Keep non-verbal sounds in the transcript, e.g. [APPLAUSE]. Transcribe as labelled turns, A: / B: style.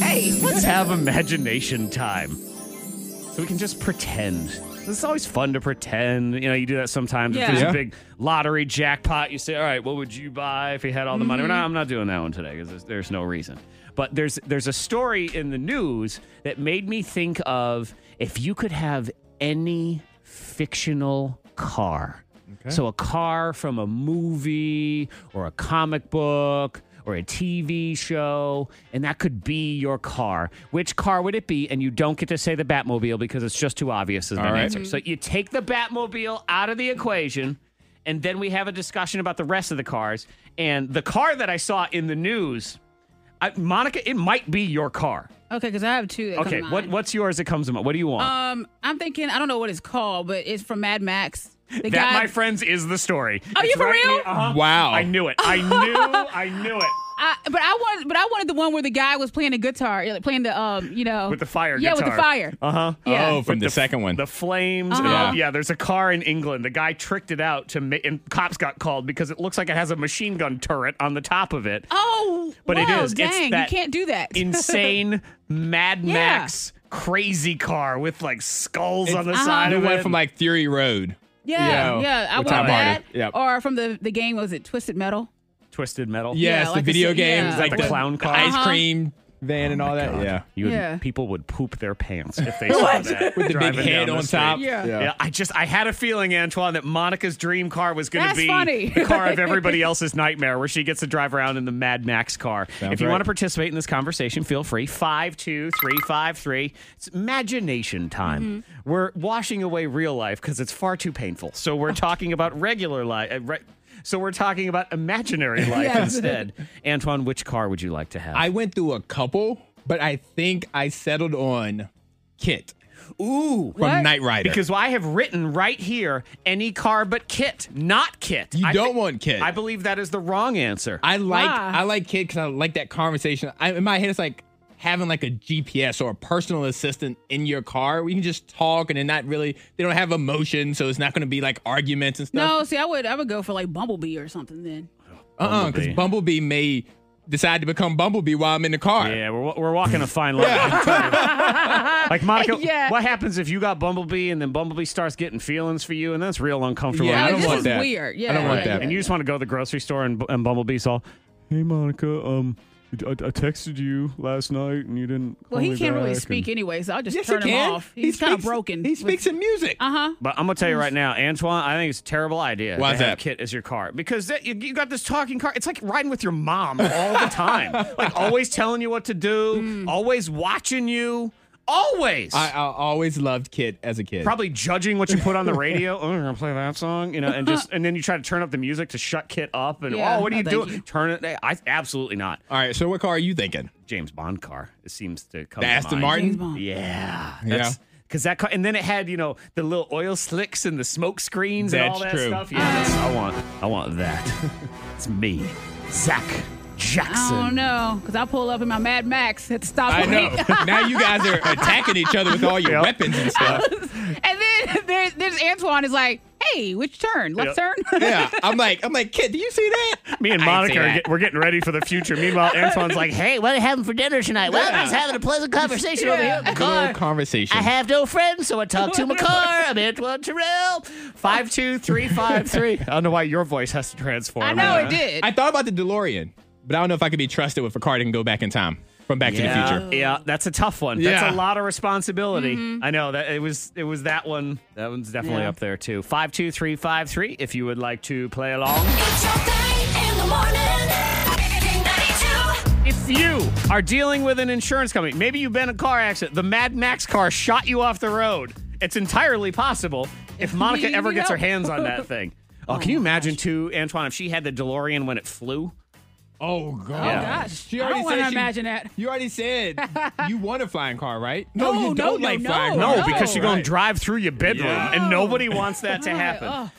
A: right.
B: Let's have imagination time. So we can just pretend. It's always fun to pretend. You know, you do that sometimes. If
C: Yeah.
B: there's
C: Yeah.
B: a big lottery jackpot, you say, all right, what would you buy if you had all the money? Well, no,
C: Mm-hmm.
B: I'm not doing that one today because there's, there's no reason. But there's there's a story in the news that made me think of if you could have any fictional car. So a car from a movie or a comic book or a TV show, and that could be your car. Which car would it be? And you don't get to say the Batmobile because it's just too obvious as an
C: All right.
B: answer. So you take the Batmobile out of the equation, and then we have a discussion about the rest of the cars. And the car that I saw in the news, I, Monica, it might be your car.
A: Okay, because I have two. That come
B: Okay,
A: to
B: what
A: mind.
B: what's yours that comes to mind? What do you want?
A: Um, I'm thinking. I don't know what it's called, but it's from Mad Max. The
B: that,
A: guy.
B: my friends, is the story.
A: Are Oh, you
B: It's
A: for real?
B: here- uh-huh.
C: Wow.
B: I knew it. I
A: [LAUGHS]
B: knew. I knew it.
A: I, but I wanted, but I wanted the one where the guy was playing the guitar, like, playing the um, you know,
B: With the fire
A: Yeah, with the
B: guitar.
A: fire.
B: Uh huh.
A: Yeah.
C: Oh, from the,
B: With
C: second one.
B: The flames. and
A: Uh-huh.
B: all- yeah, there's a car in England. The guy tricked it out to make, and cops got called because it looks like it has a machine gun turret on the top of it.
A: Oh,
B: But it
A: wow,
B: is. It's
A: Dang,
B: that
A: you can't do that.
C: [LAUGHS]
B: Insane Mad
A: Yeah.
B: Max crazy car with like skulls
C: It's
B: on the
C: Uh-huh.
B: side
C: the
B: of
C: one
B: it.
C: from like Theory Road.
A: [LAUGHS] yeah,
C: Yeah.
A: yeah. I
C: With
A: want
C: Tom
A: that.
C: Hardy. Yep.
A: Or from the the game was it Twisted Metal?
B: Twisted Metal.
C: Yes,
A: like
C: the
A: the
C: video
A: s-
C: game,
A: yeah.
C: games, like
B: The
C: the,
B: clown
C: the
B: car.
C: ice
A: Uh-huh.
C: cream van and all that. Yeah,
B: You would,
A: Yeah.
B: People would poop their pants if
C: [LAUGHS]
B: they saw that.
C: with the big
B: driving down
C: head
B: the
C: on
B: street.
C: top.
A: Yeah.
B: Yeah. I just I had a feeling, Antoine, that Monica's dream car was going to
A: That's
B: be
A: funny.
B: the car
A: [LAUGHS]
B: of everybody else's nightmare, where she gets to drive around in the Mad Max car.
C: Sounds
B: if you
C: right.
B: want to participate in this conversation, feel free five two three five three. It's imagination time.
A: Mm-hmm.
B: We're washing away real life because it's far too painful. So we're talking about regular life. Uh, re- so we're talking about
A: [LAUGHS]
B: imaginary life
A: Yes.
B: instead. Antoine, which car would you like to have?
C: I went through a couple, but I think I settled on Kit
B: ooh.
C: from
A: What?
C: Knight Rider
B: Because I have written right here any car but Kit, not Kit.
C: you
B: I
C: don't
B: thi-
C: want Kit.
B: I believe that is the wrong answer.
C: I like
A: Why?
C: I like Kit because I like that conversation. I, in my head, it's like having like a GPS or a personal assistant in your car. We can just talk and they're not really they don't have emotion, so it's not going to be like arguments and stuff.
A: No, see, I would I would go for like Bumblebee or something then.
C: uh uh because
B: Bumblebee.
C: Bumblebee may decide to become Bumblebee while I'm in the car.
B: yeah, we're, we're walking a fine line. I'm telling you. like Monica,
A: Yeah.
B: what happens if you got Bumblebee and then Bumblebee starts getting feelings for you, and that's real uncomfortable.
C: Yeah, I
A: Like,
B: and,
C: don't
A: this
B: you
C: want
A: is
B: just-
C: that.
A: weird. Yeah,
C: I don't want
A: yeah,
C: that.
B: and you just want to go to the grocery store and, Bu- and Bumblebee's all, "Hey Monica, um, I, I texted you last night and you didn't." call
A: Well, he
B: me
A: can't really
B: back and-"
A: speak anyway, so I'll just
C: Yes,
A: turn
C: he
A: him
C: can.
A: off. He's kind of
C: speaks-
A: broken.
C: He speaks in music.
A: Uh huh.
B: But I'm gonna tell you right now, Antoine, I think it's a terrible idea
C: Why
B: to
C: is
B: have
C: that?
B: Kit as your car because that, you, you got this talking car. It's like riding with your mom all the time, like always telling you what to do, always watching you, always.
C: I, I always loved Kit as a kid.
B: Probably judging what you put on the radio. oh, you're gonna play that song, you know, and just and then you try to turn up the music to shut Kit up, and
A: Yeah,
B: oh, what are
A: no,
B: you
A: thank
B: doing?
A: you.
B: Turn it. I absolutely not.
C: All right, so what car are you thinking?
B: James Bond car. It seems to come.
C: The
B: to
C: Aston
B: mind.
A: James
C: Martin?
A: Bond.
B: Yeah.
C: Yeah.
B: That's, Cause that, car, and then it had you know the little oil slicks and the smoke screens and all
C: That's
B: that
C: true.
B: stuff. Yeah, that's- I want, I want [LAUGHS] that. it's me, Zach Jackson.
A: I don't know, because I pull up in my Mad Max at the
C: I
A: stoplight.
C: know. [LAUGHS] now you guys are attacking each other with all your
B: Yep.
C: weapons
A: [LAUGHS]
C: and stuff.
A: and then [LAUGHS] there, there's Antoine is like, hey, which turn? Left turn? [LAUGHS]
C: Yeah, I'm like, I'm like, Kit, do you see that?
B: Me and
C: I didn't
B: Monica,
C: see
B: are
C: that.
B: get, we're getting ready for the future. Meanwhile, Antoine's like, "Hey, what are you having for dinner tonight?" Well, I was having a pleasant conversation over here in [LAUGHS] the
C: Good old
B: car.
C: conversation.
B: I have no friends, so I talk to my car. [LAUGHS] I'm Antoine Terrell. Five two three five three. I don't know why your voice has to transform.
A: I know it did.
C: I thought about the DeLorean, but I don't know if I could be trusted with a car that can go back in time from Back to the Future.
B: Yeah, that's a tough one. That's
C: Yeah.
B: a lot of responsibility. I know that it was it was that one. That one's definitely
A: Yeah.
B: up there too. Five two three five three. If you would like to play along,
D: It's your thing in the morning. Big 92.
B: if you are dealing with an insurance company, maybe you've been in a car accident. The Mad Max car shot you off the road. It's entirely possible if Monica
A: You
B: ever gets her
A: know.
B: hands on that thing. Oh, can you imagine too, Antoine, if she had the DeLorean when it flew?
C: Oh God!
B: Yeah.
A: gosh. I don't wanna imagine that.
C: You
A: [LAUGHS]
C: already said you want a flying car, right?
A: No, no, no, no.
B: No,
A: No.
B: because you're going
C: Right.
B: to drive through your bedroom, and nobody wants that to happen.